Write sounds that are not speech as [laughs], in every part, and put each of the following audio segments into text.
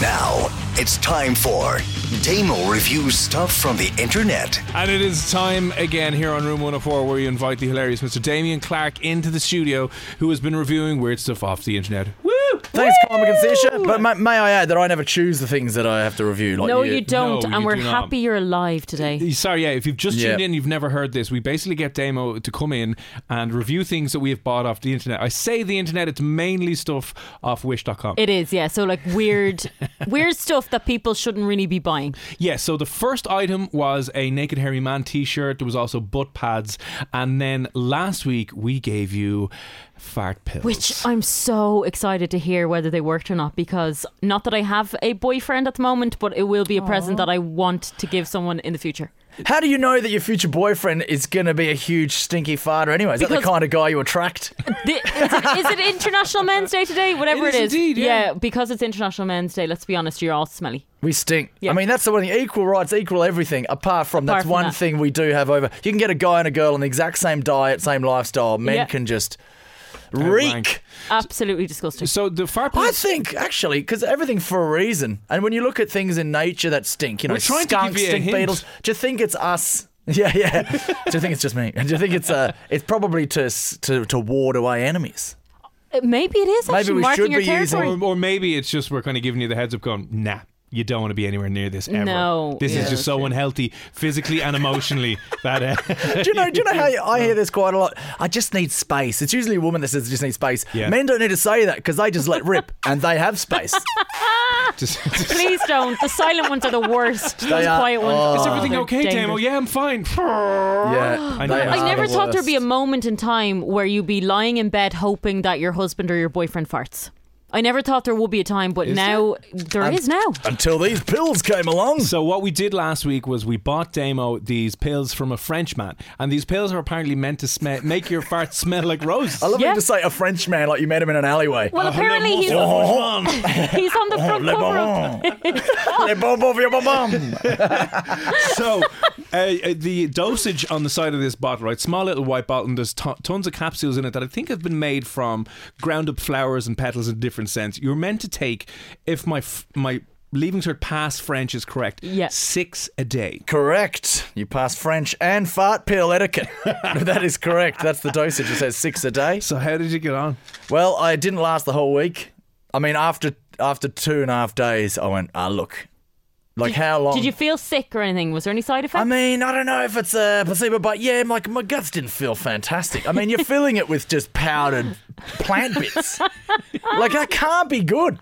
Now it's time for Damo reviews stuff from the internet. And it is time again here on Room 104 where we invite the hilarious Mr. Damien Clark into the studio who has been reviewing weird stuff off the internet. Woo! Thanks, Comic and Sisha. But may, may I add that I never choose the things that I have to review. Like no, you don't. No, you and we're do not. happy you're alive today. Sorry, yeah, if you've just Yeah. tuned in, you've never heard this. We basically get Damo to come in and review things that we have bought off the internet. I say the internet, it's mainly stuff off wish.com. It is, yeah. So like [laughs] weird, weird stuff that people shouldn't really be buying. Yeah, so the first item was a Naked Hairy Man t shirt. There was also butt pads. And then last week, we gave you fart pills. Which I'm so excited to hear whether they worked or not because not that I have a boyfriend at the moment, but it will be a present that I want to give someone in the future. How do you know that your future boyfriend is going to be a huge stinky farter anyway? Is that the Because- kind of guy you attract? The, is, it, is it International Men's Day today? Whatever It it is is. indeed, yeah. because it's International Men's Day, let's be honest, you're all smelly. We stink. Yeah. I mean, that's the one thing. Equal rights, equal everything. Apart from Apart that's from one that. thing we do have over. You can get a guy and a girl on the exact same diet, same lifestyle. Men Yeah. can just rank. reek. Absolutely disgusting. So the fart pills. I think actually, because everything for a reason. And when you look at things in nature that stink, you know, We're trying to give skunks, you a stink hint. beetles. Do you think it's us? [laughs] Yeah, yeah. do you think it's just me? Do you think it's uh, it's probably to s- to to ward away enemies? Uh, Maybe it is Maybe actually we marking should your be using- territory. or, or maybe it's just we're kind of giving you the heads up going, nah, you don't want to be anywhere near this ever. No. This Yeah, is that's just so unhealthy physically and emotionally that. [laughs] Uh, Do you know? Do [laughs] you know how I hear this quite a lot? I just need space. It's usually a woman that says, "I just need space." Yeah. Men don't need to say that because they just [laughs] let rip and they have space. just, [laughs] Please don't. The silent ones are the worst. Those are- quiet ones. oh. are Is everything they're okay, dangerous. Damo? Yeah, I'm fine. [laughs] yeah, I they know. are I never the thought there'd be a worst. moment in time where you'd be lying in bed hoping that your husband or your boyfriend farts. I never thought there would be a time, but now there is now. until these pills came along. So what we did last week was we bought Damo these pills from a Frenchman, and these pills are apparently meant to sm- make your fart [laughs] smell like roses. I love Yeah. you to say a French man like "Oh, you met him in an alleyway. Oh. Well, apparently [laughs] he's, he's on the front Le cover of bonbon. [laughs] Le bonbon for your bonbon. so uh, uh, the dosage on the side of this bottle, right? Small little white bottle, and there's ton tons of capsules in it that I think have been made from ground up flowers and petals in different scents. You're meant to take, if my f- my leaving cert past French is correct, Yeah. six a day. Correct. You pass French and fart pill etiquette. [laughs] [laughs] that is correct. That's the dosage. It says six a day. So how did you get on? Well, I didn't last the whole week. I mean, after after two and a half days, I went, ah, look. Like, how long? Did you feel sick or anything? Was there any side effects? I mean, I don't know if it's a placebo, but yeah, like my guts didn't feel fantastic. I mean, [laughs] you're filling it with just powdered plant bits. like that can't be good.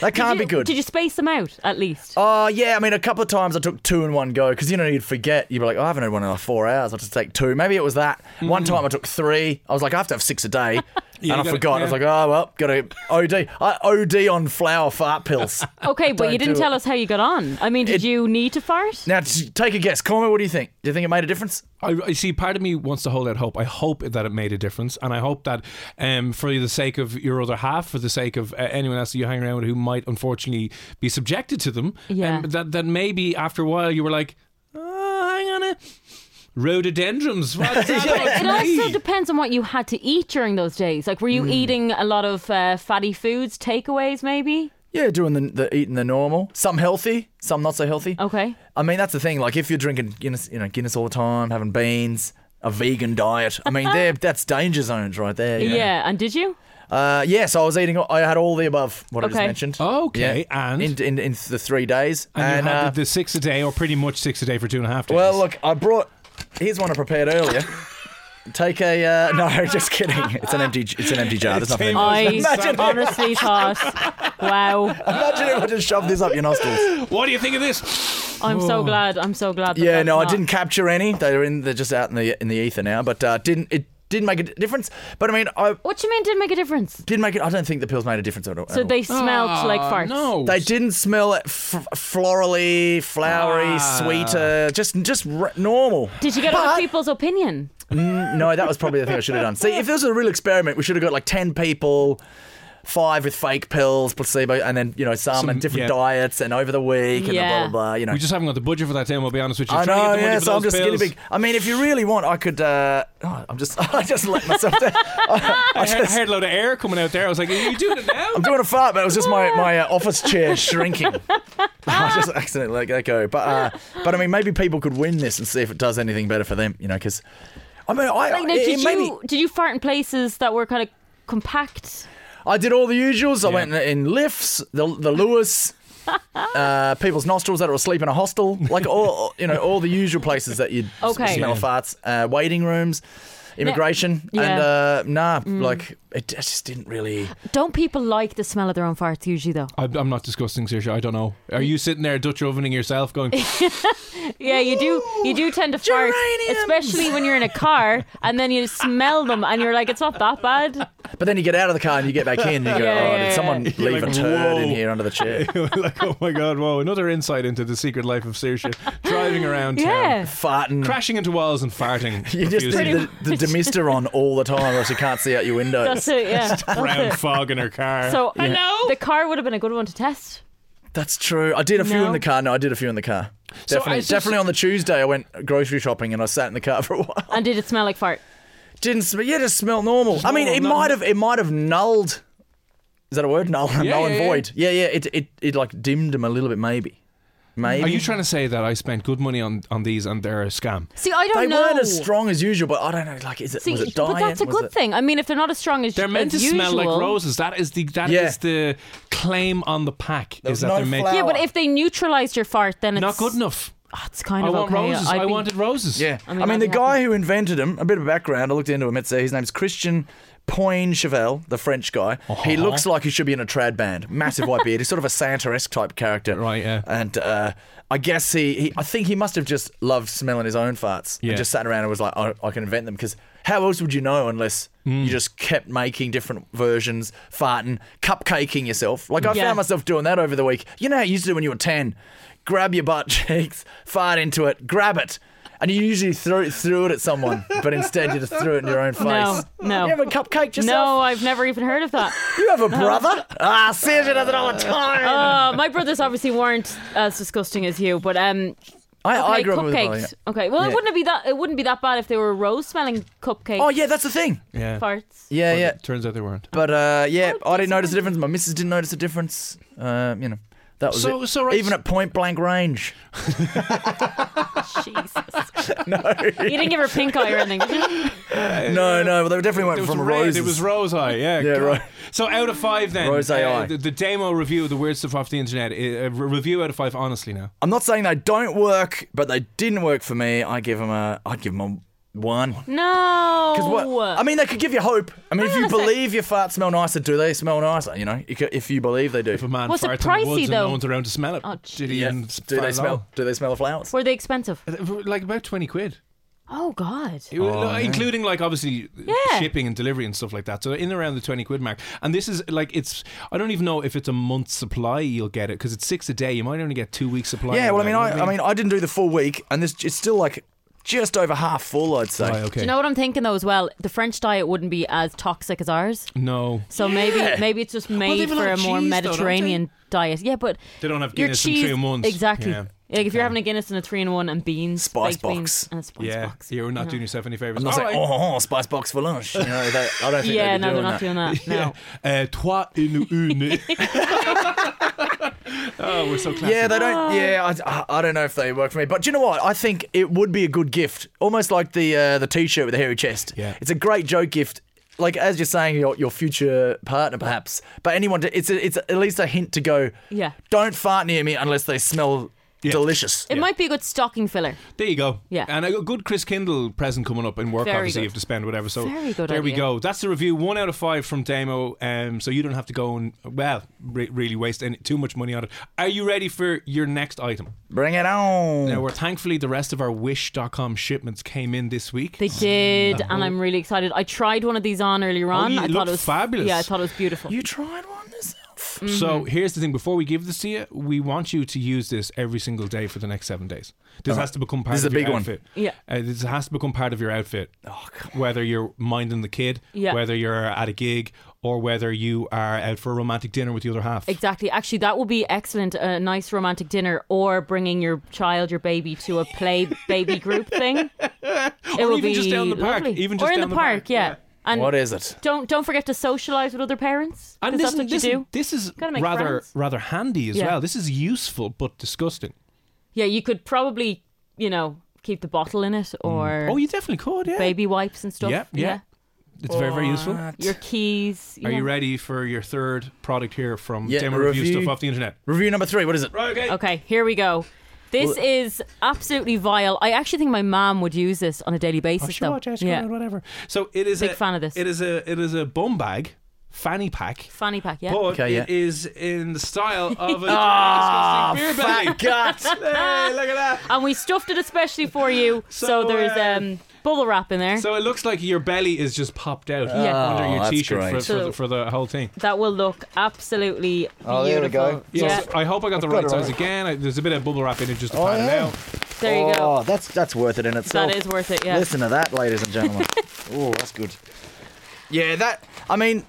That can't did you, be good. Did you space them out at least? Oh yeah, I mean, a couple of times I took two in one go because you know you'd forget. You'd be like, oh, I haven't had one in like four hours. I'll just take two. Maybe it was that. One time I took three. I was like, I have to have six a [laughs] day, and I gotta- forgot. I was Hmm. yeah. like, oh well, got to OD. I OD on flower fart pills. [laughs] okay, but you don't didn't do tell it. us how you got on. I mean, did It- you need to fart? now t- take a guess, Cormac. What do you think? Do you think it made a difference? I, I see. Part of me wants to hold out hope. I hope that it made a difference, and I hope that, um, for the sake of your other half, for the sake of uh, anyone else that you hang around with who might unfortunately be subjected to them, Yeah. um, that that maybe after a while you were like, oh, hang on, a rhododendrons. What's that about [laughs] It me?" also depends on what you had to eat during those days. Like, were Mm. you eating a lot of uh, fatty foods, takeaways, maybe? Yeah, doing the, the eating the normal. Um, Some healthy, some not so healthy. Okay. I mean, that's the thing. Like, if you're drinking Guinness, you know, Guinness all the time, having [laughs] beans, a vegan diet. I mean, they're, that's danger zones right there. you Yeah. know. and did you? Uh, yes, I was eating. I had all the above what I Okay. just mentioned. Okay, and? in, in in the three days, And, you had uh, the, the six a day, or pretty much six a day for two and a half days. well, look, I brought. Here's one I prepared earlier. Take a uh, no, [laughs] just kidding. It's an empty. It's an empty jar. There's [laughs] nothing. in it. I [laughs] Imagine- honestly thought, wow, Imagine if I just shoved this up [laughs] your nostrils. what do you think of this? Oh, I'm so glad. I'm so glad. That Oh. Yeah, that's no, I not- didn't capture any. They're in. They're just out in the in the ether now. But uh, didn't it didn't make a difference. But I mean, I What you mean? Didn't make a difference. didn't make it. I don't think the pills made a difference at all. So at they smelled like Ah, farts. No. They didn't smell it f- florally, flowery, Ah. sweeter, just just r- normal. Did you get But- other people's opinion? No, that was probably the thing I should have done. See, if this was a real experiment, we should have got like ten people, five with fake pills, placebo, and then you know some, Some- and different yeah. diets, and over the week, and Yeah. blah blah blah. You know, We just haven't got the budget for that, Tim, I'll be honest with you. I Try and know, get the money yeah. for So I'm those just getting pills. big. I mean, if you really want, I could. Uh, oh, I'm just, [laughs] I just let myself down. I, I I heard, I just, heard a load of air coming out there. I was like, are you doing it [laughs] now? I'm doing a fart, but it was just my, my uh, office chair shrinking. [laughs] I just accidentally let that go. But uh, but I mean, maybe people could win this and see if it does anything better for them. You know, because I mean, I Like, no, it, did it made me- you did you fart in places that were kind of compact? I did all the usuals. I Yeah. went in lifts, the the [laughs] Lewis. Uh, people's nostrils that were asleep in a hostel, like all you know, all the usual places that you'd s- Okay. smell Yeah. farts, uh, waiting rooms, immigration, Yeah. Mm. and uh, nah, like it I just didn't really. Don't people like the smell of their own farts usually though? I- I'm not discussing Saoirse. I don't know. Are you sitting there Dutch ovening yourself, going, [laughs] Yeah, you do. You do tend to fart, Geraniums! especially when you're in a car, and then you smell them, and you're like, it's not that bad. But then you get out of the car and you get back in, and you go, [laughs] Yeah, oh, yeah, did yeah. someone You're leave like, a turd in whoa. here under the [laughs] chair? like, oh my god, whoa! Another insight into the secret life of Saoirse. Driving around town, Yeah. Farting. crashing into walls and [laughs] farting. You just profusely. need the, the demister on all the time, or else you can't see out your window. That's it. Yeah. That's brown it. fog in her car. So the car would have been a good one to test. That's true. I did a few No. in the car. No, I did a few in the car. So Definitely, I just- definitely on the Tuesday, I went grocery shopping and I sat in the car [laughs] for a while. And did it smell like fart? Didn't smell. Yeah, just smell normal. I mean, normal, it no- might have. It might have nulled. Is that a word? Null. [laughs] Yeah, null and yeah, yeah. void. Yeah, yeah. It, it it like dimmed them a little bit, maybe. Maybe. Are you trying to say that I spent good money on, on these and they're a scam? See, I don't they know. weren't as strong as usual, but I don't know. Like, is it See, was it diet? but that's a Was good it- thing. I mean, if they're not as strong as They're meant to as smell like usual- roses. That is the that is Yeah. the claim on the pack. There is was that no they're meant flower. Yeah, but if they neutralised your fart, then it's not good enough. Oh, it's kind I of want okay. roses. I'd I be- wanted roses. Yeah. I I mean, mean, the I'd be happy. guy who invented him, a bit of background, I looked into him. It's, uh, his name's Christian Poinchevel, the French guy. Uh-huh. He looks like he should be in a trad band. Massive white beard. He's sort of a Santa esque type character. Right, yeah. And uh, I guess he, he, I think he must have just loved smelling his own farts. Yeah. And just sat around and was like, "Oh, I, I can invent them. Because how else would you know unless Hmm. you just kept making different versions, farting, cupcaking yourself? Like, I Yeah. found myself myself doing that over the week. You know how you used to do when you were 10? Grab your butt [laughs] cheeks, fart into it, grab it. And you usually threw it, threw it at someone, but instead you just threw it in your own face. No, no. You have a cupcake No, yourself? I've never even heard of [laughs] that. You have a brother? [laughs] ah, Sergio does it all the time. Uh, my brothers obviously weren't as disgusting as you, but um, I, I okay, grew up with a brother, cupcakes. yeah. Okay, well, Yeah. it wouldn't be that. It wouldn't be that bad if they were rose smelling cupcake Oh, yeah, that's the thing. yeah. farts. Yeah, But yeah. It turns out they weren't. But uh, yeah, Oh, I didn't notice the disappointing. difference. My missus didn't notice the difference. Uh, you know, that was So- it. so right- Even at point blank range. [laughs] [laughs] Jesus. no, you didn't give her pink eye or anything. did you? No, no, but they definitely went It was from red, roses. It was rose eye. Yeah, Yeah, God. right. So out of five then. uh, Rose eye. The, the demo review of the weird stuff off the internet. A review out of five. Honestly, now. I'm not saying they don't work, but they didn't work for me. I give them a, I'd give them a one. [laughs] 'Cause No. what- I mean, they could give you hope. I mean, if Hang you on a sec. believe your farts smell nicer, do they smell nicer? You know, You could- if you believe they do. If a man Was it farts in pricey, the woods and though? no one's around to smell it, Oh, did he Yeah. even Do fart they at smell? Do they smell the flowers? were they expensive? all? Like about twenty quid, Oh God. It was- no, including like obviously uh, Yeah. shipping and delivery and stuff like that. So in around the twenty quid mark. And this is like it's. I don't even know if it's a month's supply you'll get it because it's six a day. You might only get two weeks supply. Yeah. of Well, I that, mean, you know I, what I mean, I didn't do the full week, and this it's still like just over half full, I'd say. Right, okay. Do you know what I'm thinking though as well? The French diet wouldn't be as toxic as ours. no. So maybe maybe it's just made have a lot for a of more cheese, though, don't Mediterranean diet. Yeah, but They don't have your Guinness in cheese, three months. Exactly. Yeah. Like if you're having a Guinness and a three in one and beans, Spice baked beans box. and a spice Yeah, box. Uh-huh. you're not doing yourself any favors. I'm not saying, oh, oh, spice box for lunch. You know, they, I don't think Yeah, they'd be no, doing they're not that. [laughs] doing that. No. Uh, trois une [laughs] une. oh, we're so classy. Yeah, they don't. Yeah, I, I don't know if they work for me. But do you know what? I think it would be a good gift, almost like the uh, the t-shirt with the hairy chest. Yeah. it's a great joke gift like as you're saying your your future partner perhaps, but anyone to, it's a, it's at least a hint to go. Yeah. Don't fart near me unless they smell delicious. It might be a good stocking filler. There you go. Yeah. And a good Chris Kindle present coming up in work, Very obviously, good. you have to spend whatever. So Very good there we idea. go. That's the review. One out of five from Damo. Um, so you don't have to go and, well, re- really waste any, too much money on it. Are you ready for your next item? Bring it on. Now, we're thankfully, the rest of our wish.com shipments came in this week. [laughs] They did, and I'm really excited. I tried one of these on earlier Uh-huh. Oh, on. you I look thought it was fabulous. Yeah, I thought it was beautiful. you tried one yourself. So Mm-hmm. here's the thing: before we give this to you, we want you to use this every single day for the next seven days. This has to become part This is of a your big one. outfit. Yeah. Oh, uh, this has to become part of your outfit. whether you're minding the kid, Yeah. whether you're at a gig, or whether you are out for a romantic dinner with the other half. Exactly. Actually, that would be excellent. A nice romantic dinner or bringing your child, your baby to a play baby group thing. It Or would even be just down the park. lovely. Even or just in down the the park, park, yeah. yeah. And What is it? don't don't forget to socialize with other parents. 'cause And that's listen, what you listen, do. this is Gotta make rather friends. rather handy as Yeah. well. This is useful but disgusting. Yeah, you could probably, you know, keep the bottle in it or Oh, you definitely could. Yeah, baby wipes and stuff. Yeah, yeah. it's very very useful. Your keys. Are you know. ready for your third product here from Yeah, demo review, review- stuff off the internet? Review number three. What is it? Right, okay. Okay, here we go. This is absolutely vile. I actually think my mom would use this on a daily basis, Oh, sure, though. Jessica, whatever. So it is Big a fan of this. It is a it is a bum bag, fanny pack, Fanny pack, yeah. but Okay, yeah. it is in the style [laughs] of a Ah, disgusting beer belly. fat gut. [laughs] Hey, look at that. And we stuffed it especially for you. [laughs] so, So, there's uh, um, bubble wrap in there. So it looks like your belly is just popped out Yeah. under your Oh, that's t-shirt for, great. for, So- the, for the whole thing. that will look absolutely beautiful. Oh, there we go. Yeah, So I hope I got the got right it size right. again. I, there's a bit of bubble wrap in it just to Oh, pat it yeah. out. there you go. Oh, that's that's worth it in itself. That is worth it, yeah. Listen to that, ladies and gentlemen. [laughs] oh, that's good. Yeah, that. I mean,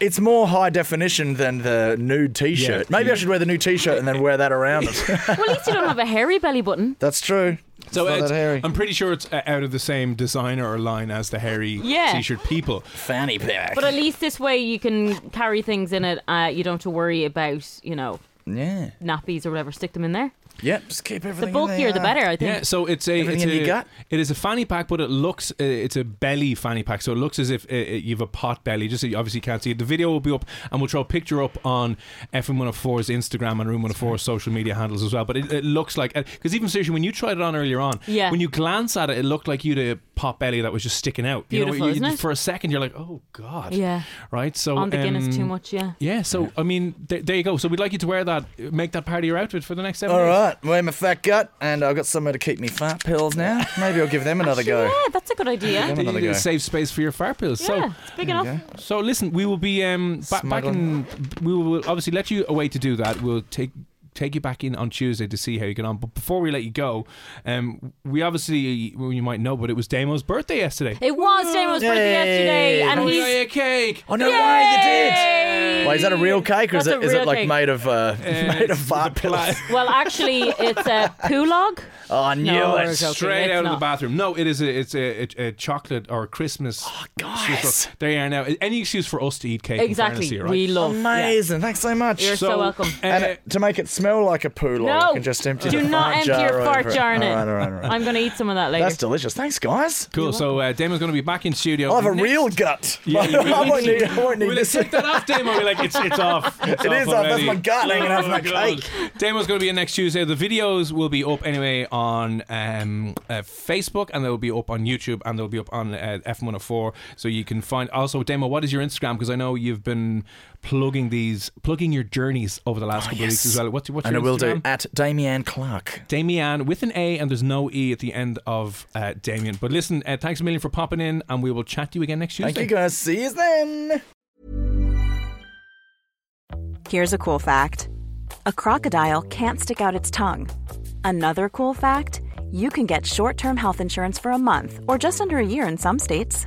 it's more high definition than the nude T-shirt. Yeah. Maybe I should wear the new T-shirt and then wear that around. it. Well, at least you don't have a hairy belly button. That's true. So not that hairy. I'm pretty sure it's uh, out of the same designer or line as the hairy Yeah. t-shirt people. Fanny pack. But at least this way you can carry things in it. Uh, you don't have to worry about, you know, yeah. nappies or whatever. Stick them in there. Yep. Just keep everything. The in bulkier, the there. better, I think. Yeah, so it's a Everything it's in a, your gut? it is a fanny pack, but it looks uh, it's a belly fanny pack, so it looks as if uh, uh, you have a pot belly. Just so you obviously can't see it. The video will be up, and we'll throw a picture up on FM 104's Instagram and Room 104's social media handles as well. But it, it looks like because even seriously, when you tried it on earlier on, Yeah. when you glance at it, it looked like you'd a pot belly that was just sticking out. you know, Beautiful, you, isn't it? For a second, you're like, oh god, Yeah. right. Oh, So On the um, Guinness too much, yeah. Yeah, so I mean, th- there you go. So we'd like you to wear that, make that part of your outfit for the next seven All days. right. Wear my fat gut, and I've got somewhere to keep me fat pills now. Maybe I'll give them another [laughs] go. Yeah, that's a good idea. Another You go. Save space for your fire pills. So Yeah, it's big enough. So listen, we will be um, ba- back Smuggle. in. We will obviously let you away to do that. We'll take take you back in on Tuesday to see how you get on. But before we let you go, um, we obviously well, you might know, but it was Damo's birthday yesterday. It was Damon's birthday yesterday, and Oh, he's. yeah, cake. Oh no way! You did. Yay! Wait, is that a real cake or is That's it, a is it real like cake. made of uh, [laughs] made of it's fart the Um, pla- [laughs] pills? Well, actually, [laughs] it's a Pulog. Oh, [laughs] I [laughs] knew No, it. it's okay. Straight it's out of not. the bathroom. No, it is a it's a, a, a chocolate or a Christmas. Oh, [laughs] Guys, There you are now. Any excuse for us to eat cake? in fairness Exactly. to you, right? We love. yeah. amazing! Thanks so much. You're so, welcome. and uh, it- to make it smell like a poo, log, I No, can just empty do the not fart empty jar your fart over it. jar in it. All right, all right, all right. I'm going to eat some of that later. That's delicious. Thanks, guys. cool. So uh, Damon's going to be back in studio. I'll have a next- [laughs] real gut. Yeah, [laughs] you I won't really need, I won't need Will it this. take that off, Damo? We're like, it's, it's off. It's [laughs] It off is off. That's already. my gut hanging off [laughs] Oh my God. Damo's going to be in next Tuesday. The videos will be up anyway on um, uh, Facebook and they'll be up on YouTube and they'll be up on uh, F104. So you can find. Also, Damo, what is your Instagram? Because I know you've been plugging these, plugging your journeys over the last couple of weeks as well. What's, what's Oh, And I your will Instagram? do at Damian Clark. Damian with an A and there's no E at the end of uh, Damien. But listen, uh, thanks a million for popping in and we will chat to you again next Tuesday. Thank you, guys. See you then. Here's a cool fact a crocodile can't stick out its tongue. Another cool fact you can get short term health insurance for a month or just under a year in some states.